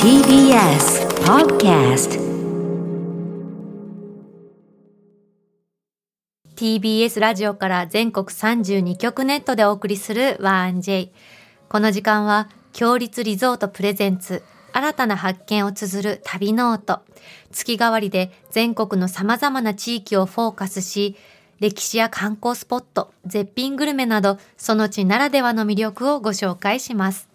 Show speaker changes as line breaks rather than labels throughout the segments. TBS Podcast
TBS ラジオから全国32局ネットでお送りする 1J この時間は強立リゾートプレゼンツ新たな発見を綴る旅ノート月替わりで全国の様々な地域をフォーカスし歴史や観光スポット絶品グルメなどその地ならではの魅力をご紹介します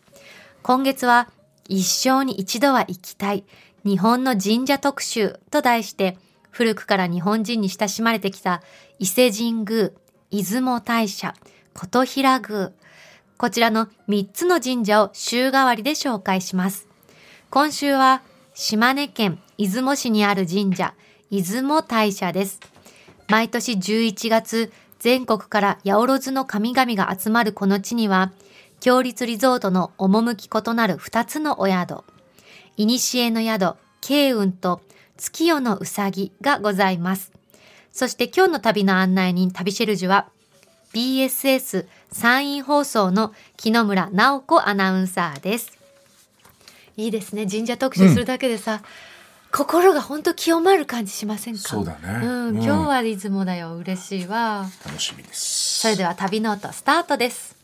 今月は一生に一度は行きたい日本の神社特集と題して古くから日本人に親しまれてきた伊勢神宮、出雲大社、琴平宮、こちらの3つの神社を週替わりで紹介します。今週は島根県出雲市にある神社、出雲大社です。毎年11月、全国から八百万の神々が集まるこの地には、強立リゾートの趣異なる2つのお宿、古の宿、慶雲と月夜のうさぎがございます。そして今日の旅の案内人、旅シェルジュは、BSS 山陰放送の木野村直子アナウンサーです。いいですね。神社特集するだけでさ、心が本当清まる感じしませんか
そうだね
うん、
うん
今日は出雲だよ。嬉しいわ。
楽しみです。
それでは旅ノートスタートです。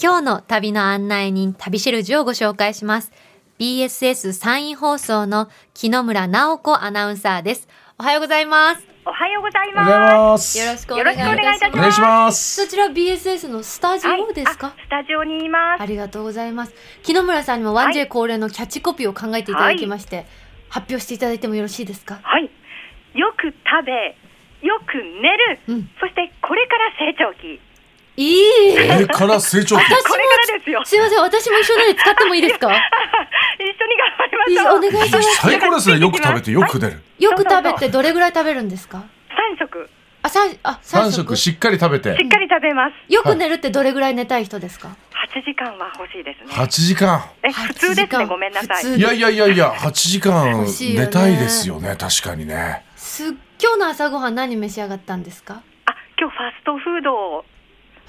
今日の旅の案内人、旅シェルジュをご紹介します。BSS 山陰放送の木野村直子アナウンサーです。おはようございます。
おはようござい
おはようござい
ま
ます。
よろしくお
お
願
願
い
い
い
い
た
た
し
し
ま
ますす。
お
そ。
願いします
ちら BSS のスタジ
す。はい
オですか、
あスタジオにいます
あ。りがとうございます。木野村さんにも 1J 恒例のキャッチコピーを考えていただきまして、発表していただいてもよろしいですか
はい。よく食べ、よく寝る。
うん
そしてこれから成長期。
いい
これから成長期。
私
こ
も
れからですよ。
すいません、私も一緒なので使っても いいですか
一緒に頑張
い
り
い
まし
お
ょう。
願いします。
最高ですね。よく食べてよく出る。
よく食べてどれぐらい食べるんですか
三食
あ、三あ、三
三
食
食しっかり食べ
してっかり食べます。
よく寝るってどれぐらい寝たい人ですか、
八時間は欲しいですね。
八時間。
え、
八
普通で
時
すね。
間
ごめんなさい。
普
いやいやいやいや八時間
欲しいよね
寝たいですよね。確かにね。
す今日の朝ごはん何召し上がったんですか
あ、今日ファストフードを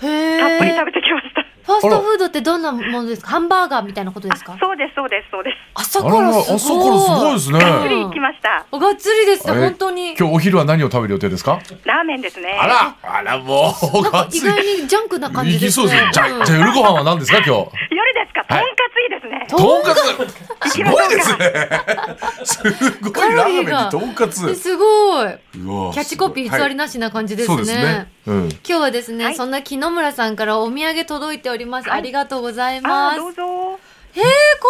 へ
たっぷり
え。
食べてきました。
ファーストフードってどんなものですかハンバーガーみたいなことですか
そうです、そうです、そうです。
朝
あ
から
ら
らすごい
朝からすごいですね。
たっぷり行きました。
おがっつりですね
あれ
本当に
今日お昼は何を食べる予定ですか？
ラーメンですね。
あらあらも
な
う
ん
が
か
っ
意
つり
外にジャンクな感じ
い
で
き
す
そう
ね
ですね。じ
うん
ゃじゃあ夜ご飯は何ですか今日？
夜ですか。とん
はい
かついいですね。
とんかつ。す
きましょう
ごいですね。すごいラーメンにとんかつ。
すごいキ
キ
ャッチコピー偽りなしな感じです
そ
ね,、
うですね。うん。
今日はですね、
はい
そんな木野村さんからお土産届いております、
はい
ありがとうございま
あ
す
ー、どうぞ。
えー、これは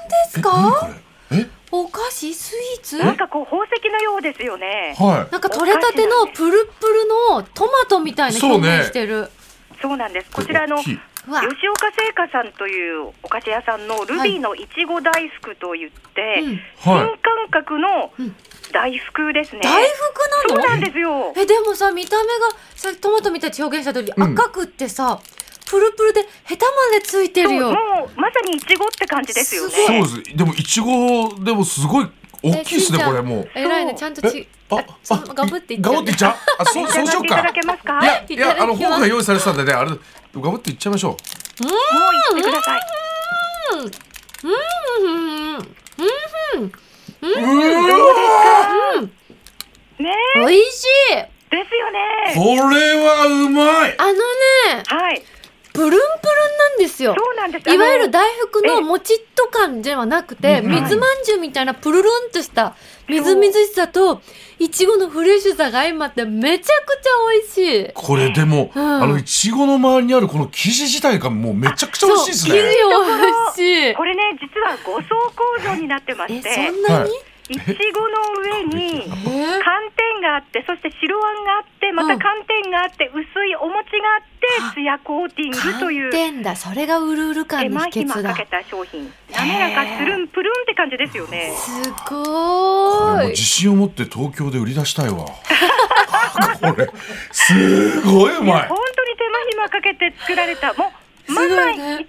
何です
何
か
これ？え？
お菓子スイーツ
なんかこう宝石のようですよね。
は
なんか取れたてのプルプルのトマトみたいな
そうね
表現してる、
そうなんです。
い。
こちらの
大きいう
わ
吉岡製菓さんというお菓子屋さんのルビーのいちご大福といって、
うん
新
は
感覚の
うん
大福ですね。
大福
そ
な
う
の
なんですよ。
えでもさ見た目がさトマトみたいに表現した通り、
うん
赤くってさプルプルでヘタまでついて
そう
るよ
もうまさにいちごって感じですよね。
すご
い。そうです。でもいちごでもすごい大きいです
えしん
ね
ちゃん
これもう。
えらいねちゃんとちあそのガブっていっちゃう
ガブっていっちゃう。あそうそうしよう
いただ
か。
けますか。
い
も
やいやあの
いただきます
本が用意されてたんでねあれガブっていっちゃいましょ
う言ってください。
うんうんうん
う。うわ
ね
美味しい
え、ですよ
ー
ね。
これはうまい。
あのね
はい、
プルンプルンなんですよ
そうなんです。
いわゆる
あの
大福のもちっと感ではなくて、
うん
水まんじゅうみたいなプルルンとしたみずみずしさと、いちごのフレッシュさが相まってめちゃくちゃ美味しい。
これでも
うん
あのいちごの周りにあるこの生地自体がもうめちゃくちゃ美味しいです
そう
ね。
生地美味しい。
これね、実は5層構造になってまし
え、
て、
そんなに、
いちごの上に。
えー
寒天があって、そして白あんがあって、また
うん
寒天があって、薄いお餅があって、ツヤコーティングという
寒。天だ。それがうるうる
手
感の
間
秘訣
暇
だ
か。けた商品。滑らか、つるん、ぷるんって感じですよね。
す
これ
ご
もう
ーい
自。信を持って東京で売り出したいわ。 これすごいうまい
本。当に手間暇かけて作られた、も
す
う、ま
ごい
ん
ね
まいちご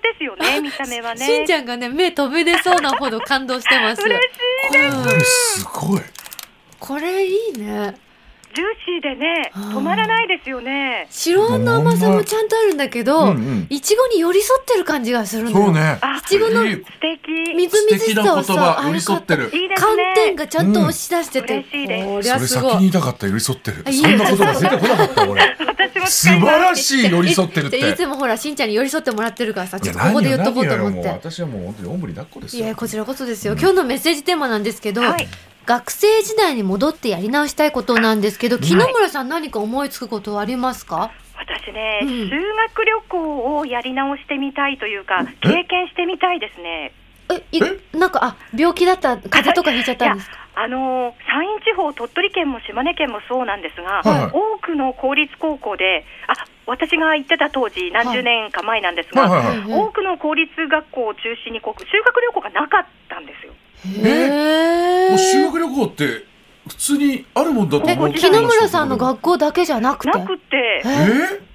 ですよね、見た目は
しん
ね
ち。ゃんがね、目飛び出そうなほど感動してます。
嬉しい。
これすごい。
これいいね。
ジューシーでね、止まらないですよね。
白あんの甘さもちゃんとあるんだけ
う
ど
んうん、
いちごに寄り添ってる感じがするの
そう
よ。
ね。
あ
いちごの
いい
素敵。
み
い
ずみずしさを
素敵な言
さ、
葉寄り添ってる
いです
寒天
ね。
がちゃんと押し出して
う
て、
ん嬉しいです
こり
そ
ゃ
れ
す
先
ご
に
い
言い。たかった寄り添ってる
あ。いえ
そんな言葉出てこなかった 俺。
私も
素
使
晴
います。
らしい寄り添ってるって。
いつもほらしんちゃんに寄り添ってもらってるからさ
い
ちょっ
や
とここで言っとこうと
何よ
思っ
何よもう
て
私はもう本当におんぶに抱っこです
い
よ。
やこちらこそですよ今日のメッセージテーマなんですけど、
はい
学生時代に戻ってやり直したいことなんですけど木野村さん何か思いつくことはありますか、
私ね、
うん
修学旅行をやり直してみたいというか、経験してみたいですね。
えいなんかあ病気だった風邪とかひいちゃっ
い
た
や
んですか、
あのー山陰地方、鳥取県も島根県もそうなんですが、
はいはい
多くの公立高校で、あ私が行ってた当時、何十年か前なんですが、
はいはいは
う
い。
ん
多くの公立学校を中心にこう修学旅行がなかったんですよ。
へ
えもう
ー
修学旅行って普通にあるもんだと
え
思う。
木野村さんの学校だけじゃなくて
なく
え
て
え
ー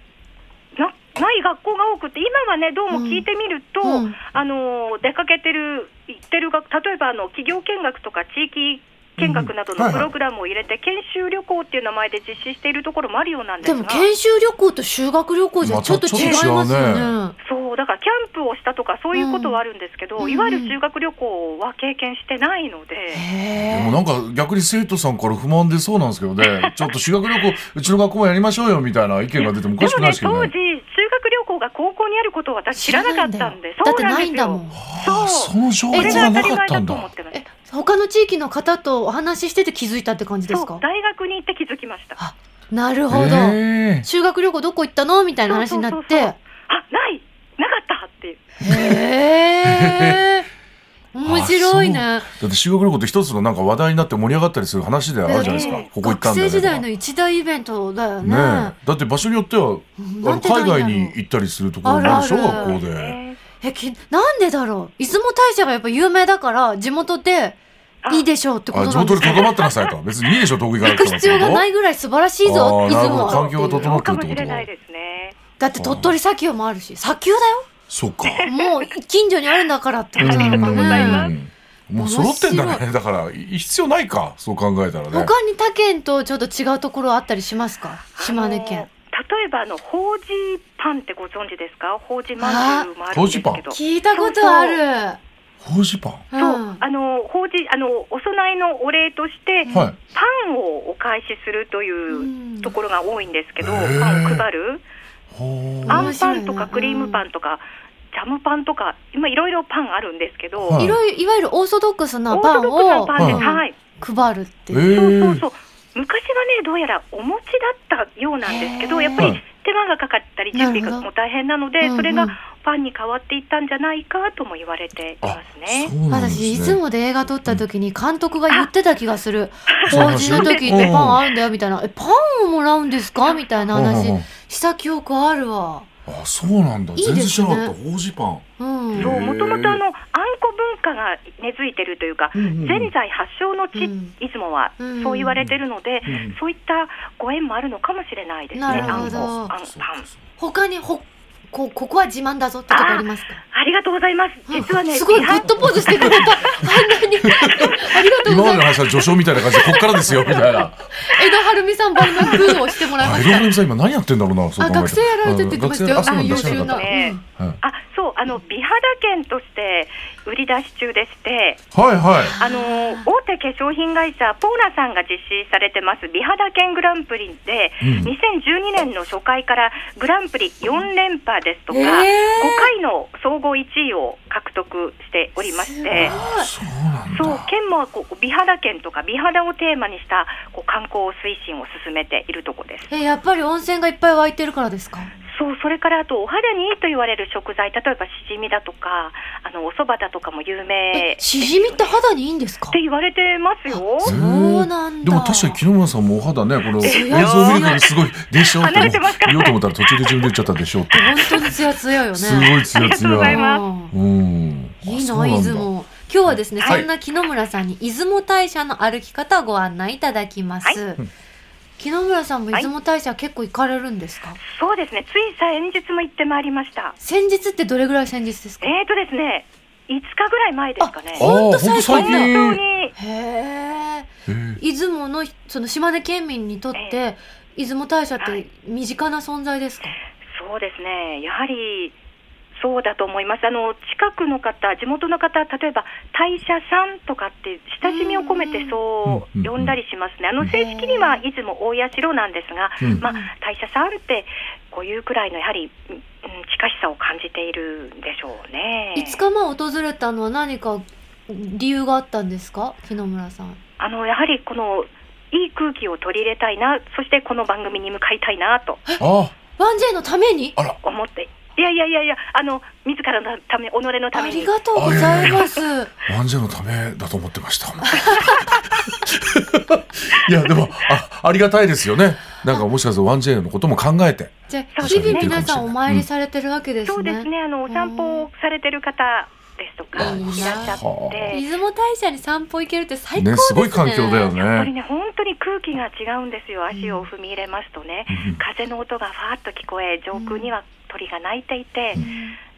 な、ない学校が多くて、今はね、どうも聞いてみると、
うんうん
あのー出かけてる、行ってる学、例えばあの企業見学とか地域見学など
うんはい
のプ
はい
ログラムを入れて、研修旅行っていう名前で実施しているところもあるようなんです
で
が。
も研修旅行と修学旅行じゃちょっと違いますよ
またちょっと違う
ね。
そうだからキャンプをしたとかそういうことはあるんですけど、
うん
いわゆる修学旅行は経験してないので、
へ
で
ー
もなんか逆に生徒さんから不満でそうなんですけど ね、ちょっと修学旅行、うちの学校もやりましょうよみたいな意見が出てもおかし
で
く
も
ない
ね
ですけ
当
ど
時
ね。
修学旅行が高校にあることを私知らなかったんで
知らないんだよだっ
そう
てない
なん
んだもん
ああその情報がな
ですよそうこれが当たり
かっ
前
た
だ
ん
と思っ
だ。
てまし
え他の地域の方とお話ししてて気づいたって感じで
た
す
そう
か
大学に行って気づきました
あなるほど、
ええ
修学旅行どこ行ったのみたいな話になっ
そうそう
て
あないなかったっていう
へえ面白いね
だって修学旅行って一つのなんか話題になって盛り上がったりする話であるじゃないですか
ね。
ここ行った
学
ん
生
だ
時
よねとか
代の一大イベントだよね
ねえだって場所によってはあ
な
の
んてないんだろう
海外に行ったりするところもあるでしょ
あるある
学校で。
ね
えきなんでだろう出雲大社がやっぱ有名だから地元でいいでしょうってこ
あ
と
地
なん
元
で
です
か
とどまってなさいと別にいいでしょ遠く行か
行
なく
く
ても
必要がないぐらい素晴らしいぞ
あー
出
なる
雲
ほど
は
環境が整ってるって
そうかもし
こと
れな
か
いですね
だって鳥取砂丘もあるし砂丘だよ
そうか
もう近所にあるんだからって
う
ことなのかな。
んもう揃ってんだねだからい必要ないかそう考えたらね
他に他県とちょっと違うところあったりしますか島根
あの
県。
例えばあのほうじパンってご存知ですかほうじまんじゅうもあるんですけ
あほうじ
ど
聞いたことある。
ほうじパン
そうあの法事あのお供えのお礼として、
はい
パンをお返しするという
うん
ところが多いんですけど、
へー
パンを配る、
ほ
あ
あ
面
ん
白
パ
いね
ンとかクリームパンとか、ジャムパンとか、今、いろいろパンあるんですけど、
はい
いろいろいわゆるオーソドックスな
オー
パ
ソ
ン
ドッ
を
クスなパンで
う
す、
ん
はい、
配るって
え
いう。
そうそう
ー
そう、昔はね、どうやらお餅だったようなんですけ
へ
ど、
ー
やっぱり
はい
手間がかかったり、準備
なるほ
が
ど
もう大変なの
うん
で、
うん
それがパンに変わっていったんじゃないかとも言われていますね。
そうなんです
私
ね
いつもで映画撮った時に監督が言ってた気がする
あそう
法事の時ってパンあるんだよみたいな「えパンをもらうんですか?」みたいな
う
話
んうん
した記憶あるわ
あそうなんだ
いいです
全
ね
然知らなかったほうじパン
うん
そう
へー
もともとあのあんこ文化が根付いてるというか、
うんうんうん
ぜんざい発祥の地、
うん
出雲は
うん
そう言われてるので、
うんうん
そういったご縁もあるのかもしれないですね。
な
るほど
あんこあん
そう
パン。
他にほこここは自慢だぞってとこありますか
ありがとうございます。実はね、
すごい
リ
グ
ハ
ッドポーズして くれた。あんなに。ありがとう
今
ございま
までの
す。
話は序章みたいな感じでこっからですよみ たいな
江田晴美さんばりのグーをしてもらいま
あ
し
江戸川さん今何やってんだろうなそ
た。
う
あ、
考えたら
学生やられてって言ってましたよ。
あそう
あ
な
の
ん
優
だ知ら
秀
な
な。
かっ
ね
たはい
あ、そう、あの美肌券として売り出し中でして、
はいはい
あの大手化粧品会社ポーラさんが実施されてます美肌研グランプリで、
うん
2012年の初回からグランプリ4連覇ですとか、
えー
5回の総合1位を獲得しておりまして。
そうなん
そう
だ
県もこう美肌県とか美肌をテーマにしたこう観光推進を進めているとこです
え、やっぱり温泉がいっぱい湧いてるからですか。
そうそれからあとお肌にいいと言われる食材例えばしじみだとかあのお蕎麦だとかも有名
え、しじみって肌にいいんですか
っ。て言われてますよ
そ
へー
うなんだ。
でも確かに木野村さんもお肌ねこの映
強い
像見る限りすごいでしょうって
離れてますから
言おうと思ったら途中で自分で言っちゃったでしょうって
本当にツヤツヤよね。
すごい
あ
強い
りがと
強
うござ
い
います
うんあ
いい
そう
な、
ん
出
だ
雲。今日はですね、
はい
そんな木野村さんに出雲大社の歩き方をご案内いただきます。
はい
木野村さんも
は
出
い
雲大社結構行かれるんですか、
そうですねつい先日も行ってまいりました
先日ってどれぐらい先日ですか
えーとですね、 5日ぐらい前ですかね
あ。ほんと
あーほん
最
と最
近
近
だ
本当に
へえ
えー
出雲のその島根県民にとって出雲大社って身近な存在ですか、
そうですね、やはりそうだと思います、あの近くの方、地元の方、例えば大社さんとかって、親しみを込めてそ
うん
う呼んだりしますね、あ
う
の
ん
正式には出雲大社なんですが、
うん
まあ、大社さんって、こういうくらいのやはり、うん近しさを感じているんでしょうね。
5日前訪れたのは何か理由があったんですか木野村さん
あのやはりこのいい空気を取り入れたいな、そしてこの番組に向かいたいなと
あ
ワンジェイのために
あら
思って、いやいやいやいや、あの自らのため、己のた
あ
めに
りがとうございます
ワンジェのためだと思ってました。 いやでもあありがたいですよね。なんかもしかするとワンジェのことも考えて。
じゃあ
そうで
日
す
々
ね
皆さんお参りされてるわけですね
そうですね、あのお散歩をされてる方ですとか
う
い
ん
らっしゃって、
出雲大社に散歩行けるって最高で
ね
すね
すごい環境だよ
やっぱり
ね。
ね、本当に空気が違うんですよ、足を踏み入れますとね、
うん
風の音がファーっと聞こえ、上空には鳥が鳴いていて、
うん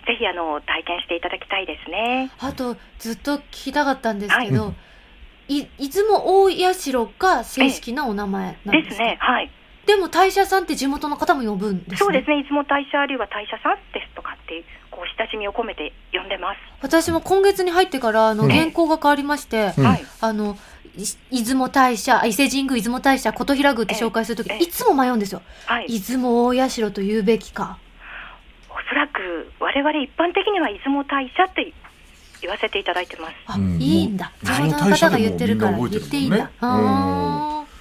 ぜひあの体験していただきたいですね。
あとずっと聞きたかったんですけど、
はい
い出雲大社が正式なお名前なんです
で
か
すね、はい、
でも大社さんって地元の方も呼ぶんですね
そうですね、いつも大社あるいは大社さんですとかって、こう親しみを込めて呼んでます。
私も今月に入ってからあの
うん
原稿が変わりまして、
うん
はい、
あのい出雲大社あ伊勢神宮出雲大社琴平宮って紹介すると
え
き
え
いつも迷うんですよ
はい、
出雲大社と言うべきか
おそらく我々一般的には出雲大社って言わせていただいてます。
あ、
うん
いいんだ地
もう
元の方が言ってるから
出雲
言
大社でもみんな覚えてるもんね
っていいんだ、
うん
あー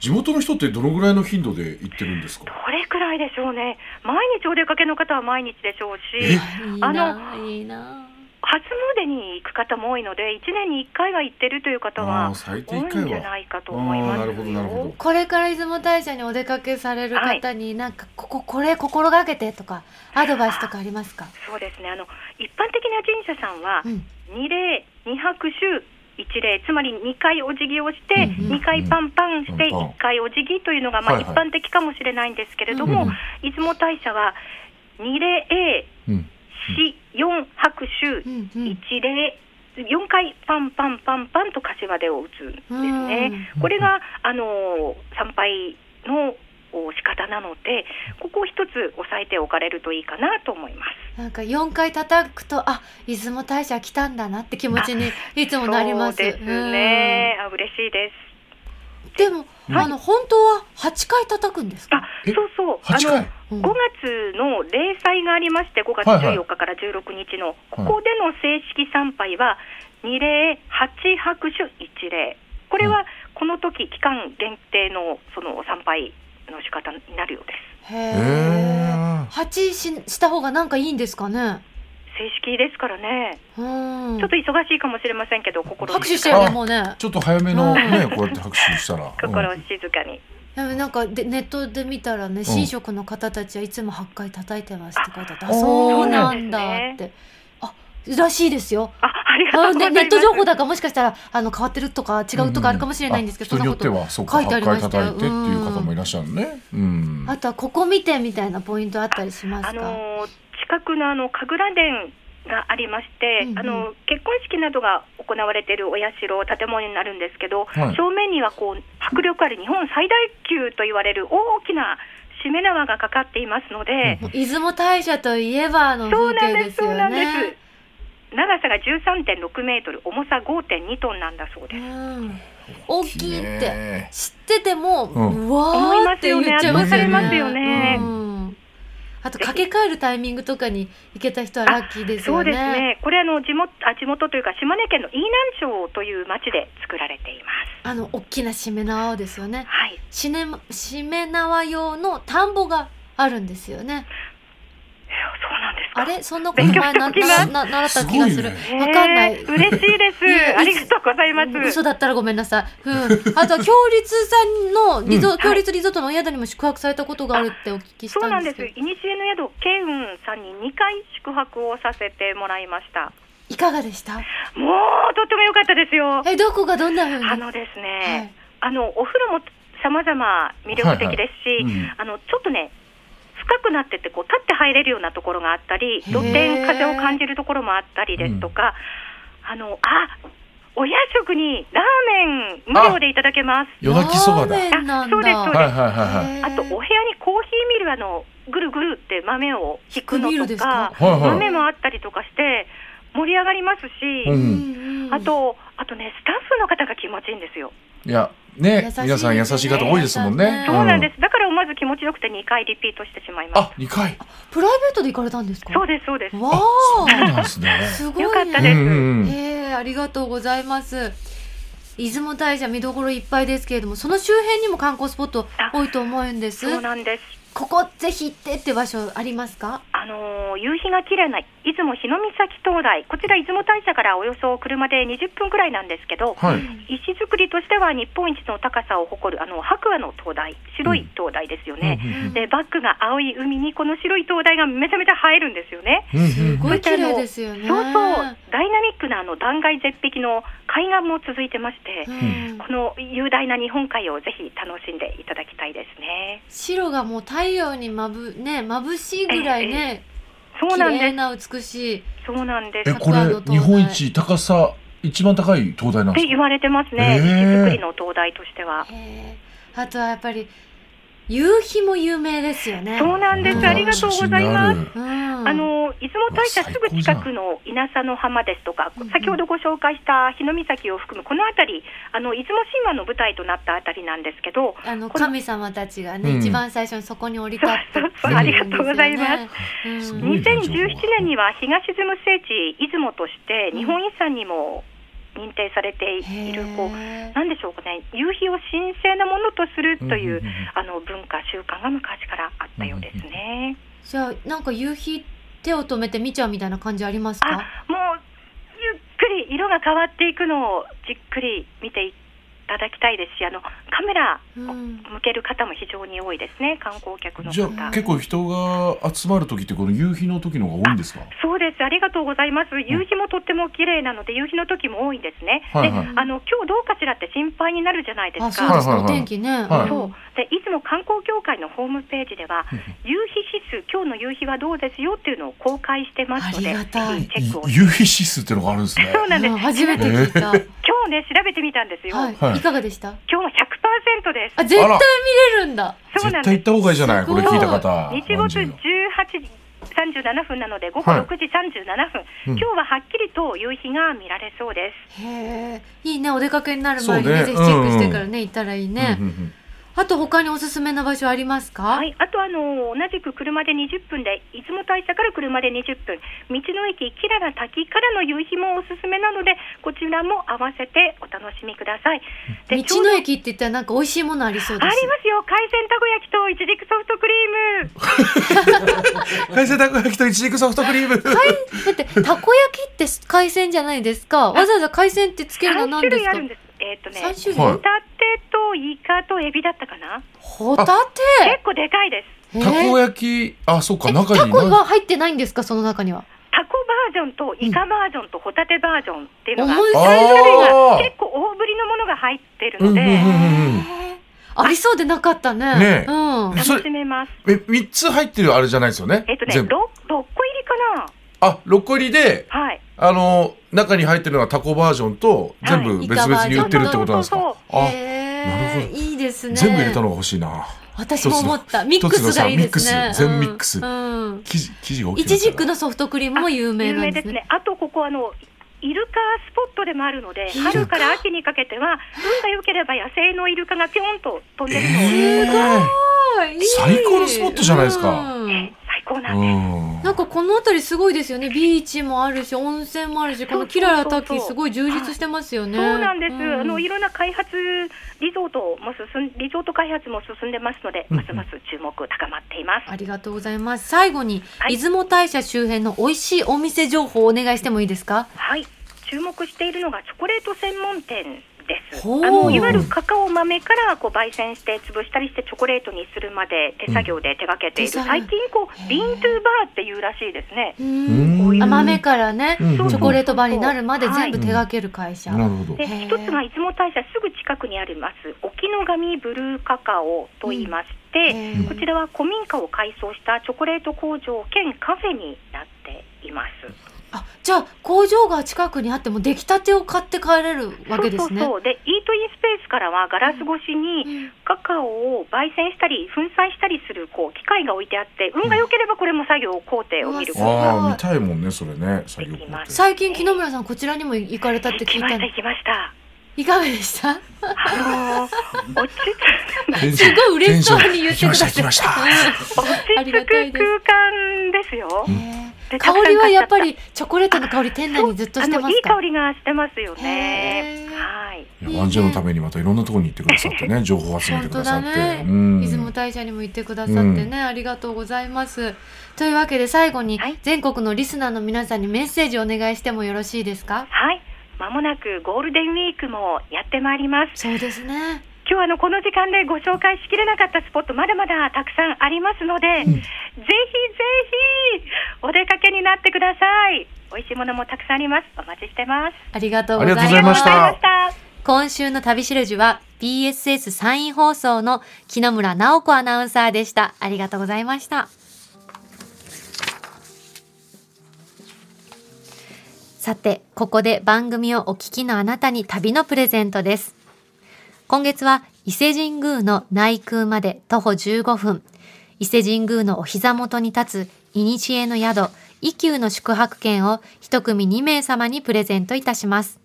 地元の人ってどのぐらいの頻度で行ってるんですか。
どれくらいでしょうね、毎日お出かけの方は毎日でしょう
え
し、
いい
あ
なあいいなあ
初詣に行く方も多いので、1年に1回は行ってるという方
あ
は
ー最
多
低一
いん
回
じゃ
は。
ないかと思いますよ。
あーなるほどなるほど
これから出雲大社にお出かけされる方に、なんかこここれ心がけてとかアドバイスとかありますか、
そうですねあの一般的な神社さんは、
うん、
二礼、二拍手、一礼、つまり2回お辞儀をして、
うんうん
2回パンパンし
パ
て、
ンパン
1回お辞儀というのが、まあ、
はい
一
はい
般的かもしれないんですけれど
う
も、
ん
出雲大社は、二礼、
うん。
四四拍手
う、んうん
一礼4回パンパンパンパンと柏手を打つんですね。
うん
これがあの参拝のお仕方なので、ここを一つ押さえておかれるといいかなと思います。
なんか4回叩くとあ出雲大社来たんだなって気持ちにいつもなります。
そうですね。あ嬉しいです。
うんでも、
はい
あの本当は8回叩くんです
あ
か、
え
そうそう。あ
八
の
回。
うん
5月の例祭がありまして、5月
はいはい
14日から16日の、ここでの正式参拝は、2礼、8拍手、1礼、これはこの時期間限定のその参拝の仕方になるようで
え
へえ
ー。
8しした方がなんかいいんですかね
す。正式ですからね、
うん
ちょっと忙しいかもしれませんけど、心
拍手し
静
て
か
る
に
ねもうね
ちょっと早めのねこうやって拍手したら。うん
心静かに。
でもなんかでネットで見たらね神職の方たちはいつも8回叩いてますって書いてあった
あ
そうなんだ
そうな
っ
ん
てあらしいです よ
あ、ありがとう
あ
ござ
ね
います。
ネット情報だからもしかしたらあの変わってるとか違うとかあるかもしれないんですけど、
ううあ
そんなこ
人によって
と
はそ
書いてありました
うか八回叩いてっていう方もいらっしゃるね。うん。
あとはここ見てみたいなポイントあったりしますか、
あのー近くのあの神楽殿がありまして、
うんうん
あの結婚式などが行われているお社建物になるんですけど、
はい
正面にはこう迫力ある日本最大級と言われる大きなしめ縄がかかっていますので、
もう出雲大社といえばあの
そ
風
うなん
景
で
ですす
そうな
よ
んです
ね。
長さが13.6メートル、重さ5.2トンなんだそうです。
うん大きいって
ね
知ってても、う
うん
わーって言っちゃいますよね
思います
よね
う、
うん
あと掛け替えるタイミングとかに行けた人はラッキーです
そ
よ
う
ね
ですね。これあの地元あ地元というか島根県の飯南町という町で作られています。
あの大きなしめ縄ですよね
はい。
し,、ね、しめ縄用の田んぼがあるんですよね
えそうなんですか。
あれそんなこと前な
勉強しておきます
なな習った気がする
すごい
わかんない
えー嬉し いです。
いやいつ
ありがとうございます。
嘘だったらごめんなさい。うん。あとは、強立さんのリゾ、
ん
強立リゾートのお宿にも宿泊されたことがあるってお聞きし
そ
た
うなんん
で
ですす。
けど、
いにしえの宿、慶雲さんに2回宿泊をさせてもらいました。
いかがでした
もうとっても良かったですよ。
え、どこがどんな風に
あのです
は
ね
い、
あのお風呂も様々魅力的ですし、
はいはいうん
あのちょっとね。高くなっててこう立って入れるようなところがあったり露天風を感じるところもあったりですとか、あのあお夜食にラーメン無料でいただけます。
夜泣きそばだ。はい
ラーメンなんだ
あそうですそうです
はいはいはい。
へー
あとお部屋にコーヒーミルあのぐるぐるって豆を引くの
引くミル
と
です
か
か
はいはい
豆もあったりとかして盛り上がりますし、
うん
あとあとねスタッフの方が気持ちいいんですよ。
いや、
優し
ね
いで、すね
皆さん優しい方多いですもんね。。
そうなんですす。だから思わず気持ちよくて2回リピートしてしまいまし
あ、二回。
プライベートで行かれたんですか
た。そうですそうです。
わ
そう
あ
なんですね。
すごい、ね、
よかっ
うん
た
う
です
んうん。
ええありがとうございます。出雲大社見どころいっぱいですけれども、その周辺にも観光スポット多いと思うんです。
そうなんです。
ここぜひ行ってって場所ありますか？
あのー夕日が綺麗な出雲日の岬灯台、こちら出雲大社からおよそ車で20分くらいなんですけど、
はい。
石造りとしては日本一の高さを誇るあの白亜の灯台、白い灯台ですよね。
うんうんうん
でバックが青い海にこの白い灯台がめちゃめちゃ映えるんですよね。
うんうん
すごい綺麗ですよ
そう
ね。
そうダイナミックなあの断崖絶壁の海岸も続いてまして、
うん
この雄大な日本海をぜひ楽しんでいただきたいですね。
白がもう太陽にまぶね眩しいぐらいね、
そう
綺
なんで
麗
す。
な美しい。
そうなんです。
え、
っ
これ、日本一高さ、一番高い灯台なんで
て
す
言
か
われてますね。
へ
石
ー
造りの灯台としては。
へーあとはやっぱり夕日も有名ですよね。
そうなんです。
うん
ありがとうございます。
す。
うん
あの出雲大社すぐ近くの稲佐の浜ですとか
うんうん、
先ほどご紹介した日の岬を含むこの辺り、あの出雲神話の舞台となった辺りなんですけど、
あの
この
神様たちがね、
うん
一番最初にそこに降り立って
そ
き
うそ
そ
う
うあり
がとうございます
すよね。うん
ごいね
2017年には東出雲聖地出雲として日本遺産にも認定されているこう。
へー
なんでしょうかね、夕日を神聖なものとするとい
うんうう
うん
んうん
あの文化、習慣が昔からあったようですね。
じゃあなんか夕日手を止めて見ちゃうみたいな感じありますか？
あもうゆっくり色が変わっていくのをじっくり見ていただきたいですしあのカメラ
う
を
ん、
向ける方も非常に多いですね観光客の
じゃ
方
あ結構人が集まる時ってこの夕日の時の方が多いんですか
そうですありがとうございます夕日もとっても綺麗なので夕日の時も多いんですね、
はいはい
であの今日どうかしらって心配になるじゃないです
あそう
か
ですか、
はいはい
お
はい
天気ね。
はい
そうでいつも観光協会のホームページでは夕日指数今日の夕日はどうですよっていうのを公開してますので
ありがたい
ぜひチェックを
夕日指数ってのがあるんですね。
そうなんで
う
す
ん初めて聞いた。
今日ね調べてみたんですよ、
はい、
はい
い、かがでした？
今日は100%です
あ絶対
あら
見れるんだ。
そうな
絶
ん
対行っ
です
た方がいいじゃないこれ聞いた方。
日没18
何時
時37分なので午後
はい
6時37分、
うん
今日ははっきりと夕日が見られそう
へ
で
えいいねお出かけになる前に
そうね
ねぜひチェックしてからね、行ったらいいね。
うんうん
あと他におすすめな場所ありますか？
す、はい、あとあの同じく車で20分で出雲大社から車で20分道の駅キララ滝からの夕日もおすすめなのでこちらも合わせてお楽しみください
道
でちょう
の
ど
駅って言ったらなんか美味しいものありそうです。
ありますよ海鮮たこ焼きといちじくソフトクリーム
うん海鮮たこ焼きといちじくソフトクリーム。
だってたこ焼きって海鮮じゃないですか。わざわざ海鮮ってつけるのは
3
何
種
です
類あ
か
る。んですえっ、とね
三種類。
はい
ホタテとイカとエビだったかな
ホタ
結構でかいです
テ。
たこ
え
焼きあそうか中
タ
に
コ
な
は入ってないんですかその中には。
タコバージョンとイカバージョンとホタテバージョンっていうのが、
重い
あ
サイズが
ー
結構大ぶりのものが入ってるので、
うんうん
へーありそうでなかったね。
ねえ
うん。
ん
楽しめます。
え三つ入ってるあれじゃないですよね。
えっとね、
全
六
部
六個入りか
あ六個入りで
な。はい。
あの中に入ってるのはタコバージョンと全部別々に売ってるってことなんです
はいイ
か。あなる
へ
ほ
え。いいですね。
全部入れたのが欲しいな。
私も思った。ミックスがいいですね
一。つのさミックス全ミックス
うんうん。
生地生地が大き
い
いのかな。
ちじくのソフトクリームも有名
有
なん
名
で
ですす
ね。
ね。あとここあの。イルカスポットでもあるので、
イルカ
春から秋にかけては、運が良ければ野生のイルカがぴょんと飛んでるのを、
えー
はいいい
最高のスポットじゃないですか
うん
最高なんです。
うん
なんかこの辺りすごいですよね。ビーチもあるし、温泉もあるし、このキララ滝すごい充実してますよね。
そうなんです、あの
う
いろんな開発リゾートも進んリゾート開発も進んでますので、ますます注目高まっています。
ありがとうございます。最後に、
はい
出雲大社周辺の美味しいお店情報をお願いしてもいいですか
はい、注目しているのがチョコレート専門店です。
ほう
あのいわゆるカカオ豆からこう焙煎して潰したりしてチョコレートにするまで手作業で手掛けている、
うん
最近こ
へー
うビーントゥーバーっていうらしいですね。
う
うんん
うん
甘めからね、
うん
チョコレートバーになるまで
は
全
い
部手掛ける会社、
なるほど
で
へー
一つが出雲大社すぐ近くにあります沖の神ブルーカカオと言いまして、
へ
こ
ー
ちらは古民家を改装したチョコレート工場兼カフェになっています。
あじゃあ工場が近くにあっても出来たてを買って帰れるわけですね
そうそうそうでイートインスペースからはガラス越しに、
うん
カカオを焙煎したり粉砕したりするこう機械が置いてあって運が良ければこれも作業工程を見ることが
ああ見たいもんねそれね作業工程
最近木野村さんこちらにも行かれたって
で
聞
き
い
ま
た
した
の
行きました。
いかがでした
あのー落ち着く
す
すごい嬉しそうに言ってください
来ました来ま
落ち
ありが
着
たい
く
です
空間ですよ。
へー
で
香りはやっぱ。
たくさん買
り
ちゃ
チョコレートの香り店内にずっと
たあ
して
の
ま
い
す
い
か
香りがしてますよね
へ。ー
はい。
したいやワンジェのためにまたいろんなところに行ってくださっ てね情報集めて
本
く
当
ださ
だ
って、
ね、
うん
出雲大社にも行ってくださってね、
うん
ありがとうございますというわけで最後に
はい
全国のリスナーの皆さんにメッセージをお願いしてもよろしいですか
はい。まもなくゴールデンウィークもやってまいります。
そうですね
今日あのこの時間でご紹介しきれなかったスポットまだまだたくさんありますので、ぜひぜひお出かけになってください美味しいものもたくさんありますお待ちしてます
ありがとうござい
ありがとうございま
ま
し
したた
ありがとうございました
今週の旅しるじは BSS 山陰放送の木野村直子アナウンサーでしたありがとうございましたさてここで番組をお聞きのあなたに旅のプレゼントです今月は伊勢神宮の内宮まで徒歩15分伊勢神宮のお膝元に立つ古の宿伊宮の宿泊券を一組2名様にプレゼントいたします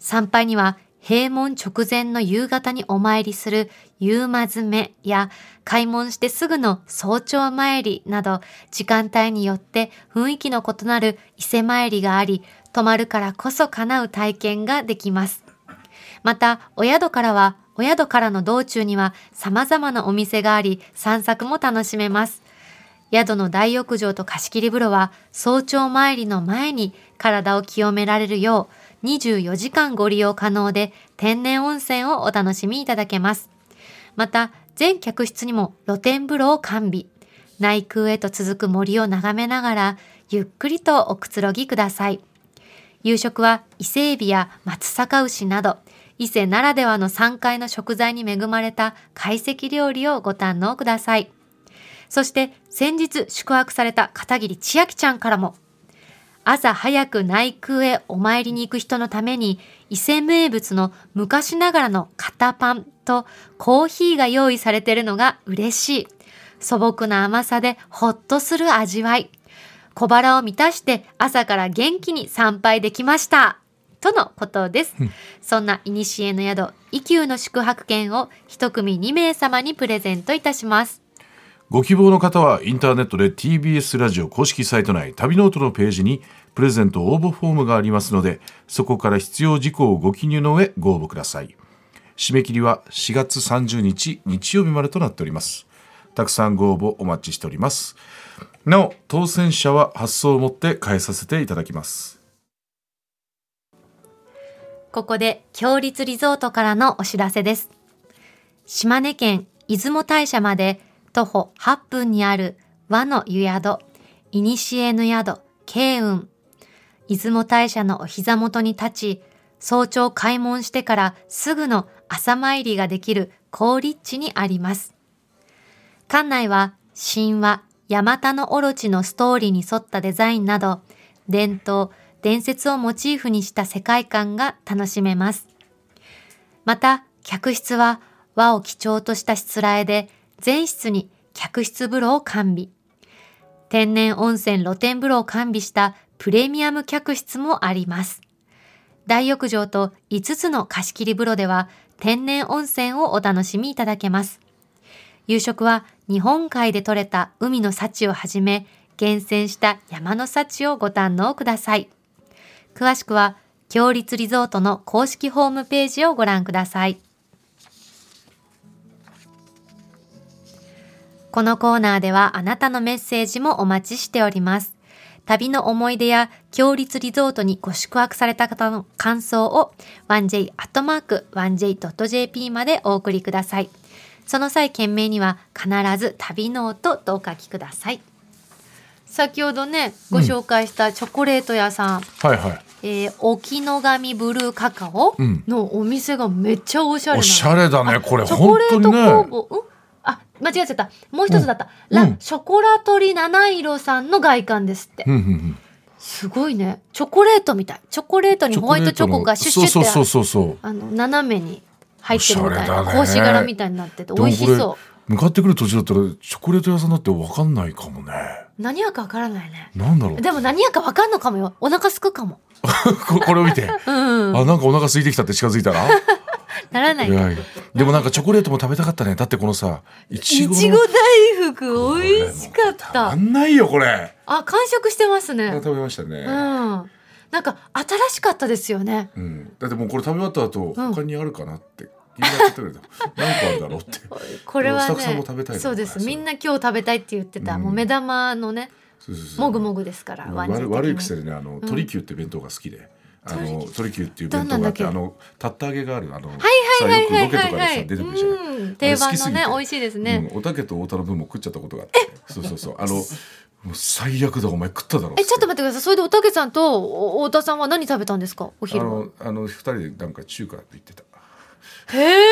参拝には閉門直前の夕方にお参りする夕間詰めや開門してすぐの早朝参りなど時間帯によって雰囲気の異なる伊勢参りがあり泊まるからこそ叶う体験ができます。またお宿からはお宿からの道中には様々なお店があり散策も楽しめます。宿の大浴場と貸し切り風呂は早朝参りの前に体を清められるよう24時間ご利用可能で天然温泉をお楽しみいただけます。また全客室にも露天風呂を完備。内宮へと続く森を眺めながらゆっくりとおくつろぎください。夕食は伊勢エビや松阪牛など伊勢ならではの山階の食材に恵まれた懐石料理をご堪能ください。そして先日宿泊された片桐千秋ちゃんからも、朝早く内宮へお参りに行く人のために、伊勢名物の昔ながらの型パンとコーヒーが用意されているのが嬉しい。素朴な甘さでほっとする味わい。小腹を満たして朝から元気に参拝できました。とのことです。そんな古の宿、伊宮の宿泊券を一組2名様にプレゼントいたします。
ご希望の方はインターネットで TBS ラジオ公式サイト内旅ノートのページにプレゼント応募フォームがありますのでそこから必要事項をご記入の上ご応募ください締め切りは4月30日日曜日までとなっておりますたくさんご応募お待ちしておりますなお当選者は発送をもって返させていただきます
ここで強立リゾートからのお知らせです。島根県出雲大社まで徒歩8分にある和の湯宿、いにしえの宿、慶雲。出雲大社のお膝元に立ち、早朝開門してからすぐの朝参りができる高立地にあります。館内は神話、ヤマタノオロチのストーリーに沿ったデザインなど、伝統、伝説をモチーフにした世界観が楽しめます。また、客室は和を基調としたしつらえで、全室に客室風呂を完備。天然温泉露天風呂を完備したプレミアム客室もあります。大浴場と5つの貸し切り風呂では、天然温泉をお楽しみいただけます。夕食は日本海で採れた海の幸をはじめ厳選した山の幸をご堪能ください詳しくは強立リゾートの公式ホームページをご覧くださいこのコーナーではあなたのメッセージもお待ちしております旅の思い出や、強立リゾートにご宿泊された方の感想を、1j.1j.jp までお送りください。その際、件名には必ず旅ノートとお書きください。先ほどね、ご紹介したチョコレート屋さん、
はいはい。
えー、沖野上ブルーカカオ
うん
のお店がめっちゃおしゃれなの
おしゃれだね、
あ
これ。
チョコ
本
レ
当
ー
に
ト
ね。
工房、うん、あ間違えちゃったもう一つだった、
うんう
ラ
ん
ショコラトリ七色さんの外観ですって、
うんうんうん。
すごいねチョコレートみたいチョコレートにホワイトチョコがシュッシュッて
そうそうそうそう。
あの斜めに入ってるみたいな
おしゃれだね
格子柄みたいになってて
で
美
も
味し
これ
そ
向かってくる途中だったらチョコレート屋さんだって分かんないかもね
う何やかわからないね
なんだろう
でも何やかわかんのかもよお腹すくかも
こ これを見て
う
あ
ん、
なんかお腹空いてきたって近づいたら
ならない
いやいやでもなんかチョコレートも食べたかったねだってこのさい
いち
ち
ご
ごの
大福美味しかった
あんないよこれ
あ完食してますね
食べました
うん
ね、
なんか新しかったですよね
うんだってもうこれ食べ終わった後、
うん
他にあるかなって言われてたけ ど何個あるだろうって
これは
スタッフさんも食べた
ね
いの
そうです
そう
みんな今日食べたいって言ってた、
うん
もう目玉のね
そうそうそう
もぐもぐですからワンジ
悪
ェ
悪い
的に
癖でねあの鳥久って弁当が好きで、あ
鳥
の
久
鳥久っていう弁当があって
ど
あ
んな
のたった揚げがあるあのはい
はいはいはい
さよくロケ
は
と
い
か
は
で
い
さ出てくるじゃない。
うん定番のね美味しいですね、
うん、おたけと太田の分も食っちゃったことが あってそうそうそうあのもう最悪だお前食っただろ
えちょっと
待
待ってくださいそれでおたけさんとお太田さんは何食べたんですかお
あ
昼は
のあの二人でなんか中華って言ってた好
へえ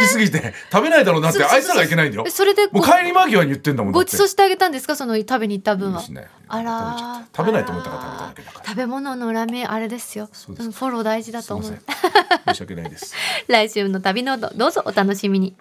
きすぎて 食べないだろうなって
そうそうそう
あいつらがいけないんだよ
それでご
もう帰り間際に言ってんだもん
ごち
だ
そ
っ
うしてあげたんですかその食べに行った
て
分は
しない
あらー
食べちゃった食べないと思ったから食べただけだから
食べ物の裏目あれですよ
そうです
んフォロー大事だ
す
と
いま
思
せ
うん
申し訳ないです
来週の旅ノートどうぞお楽しみに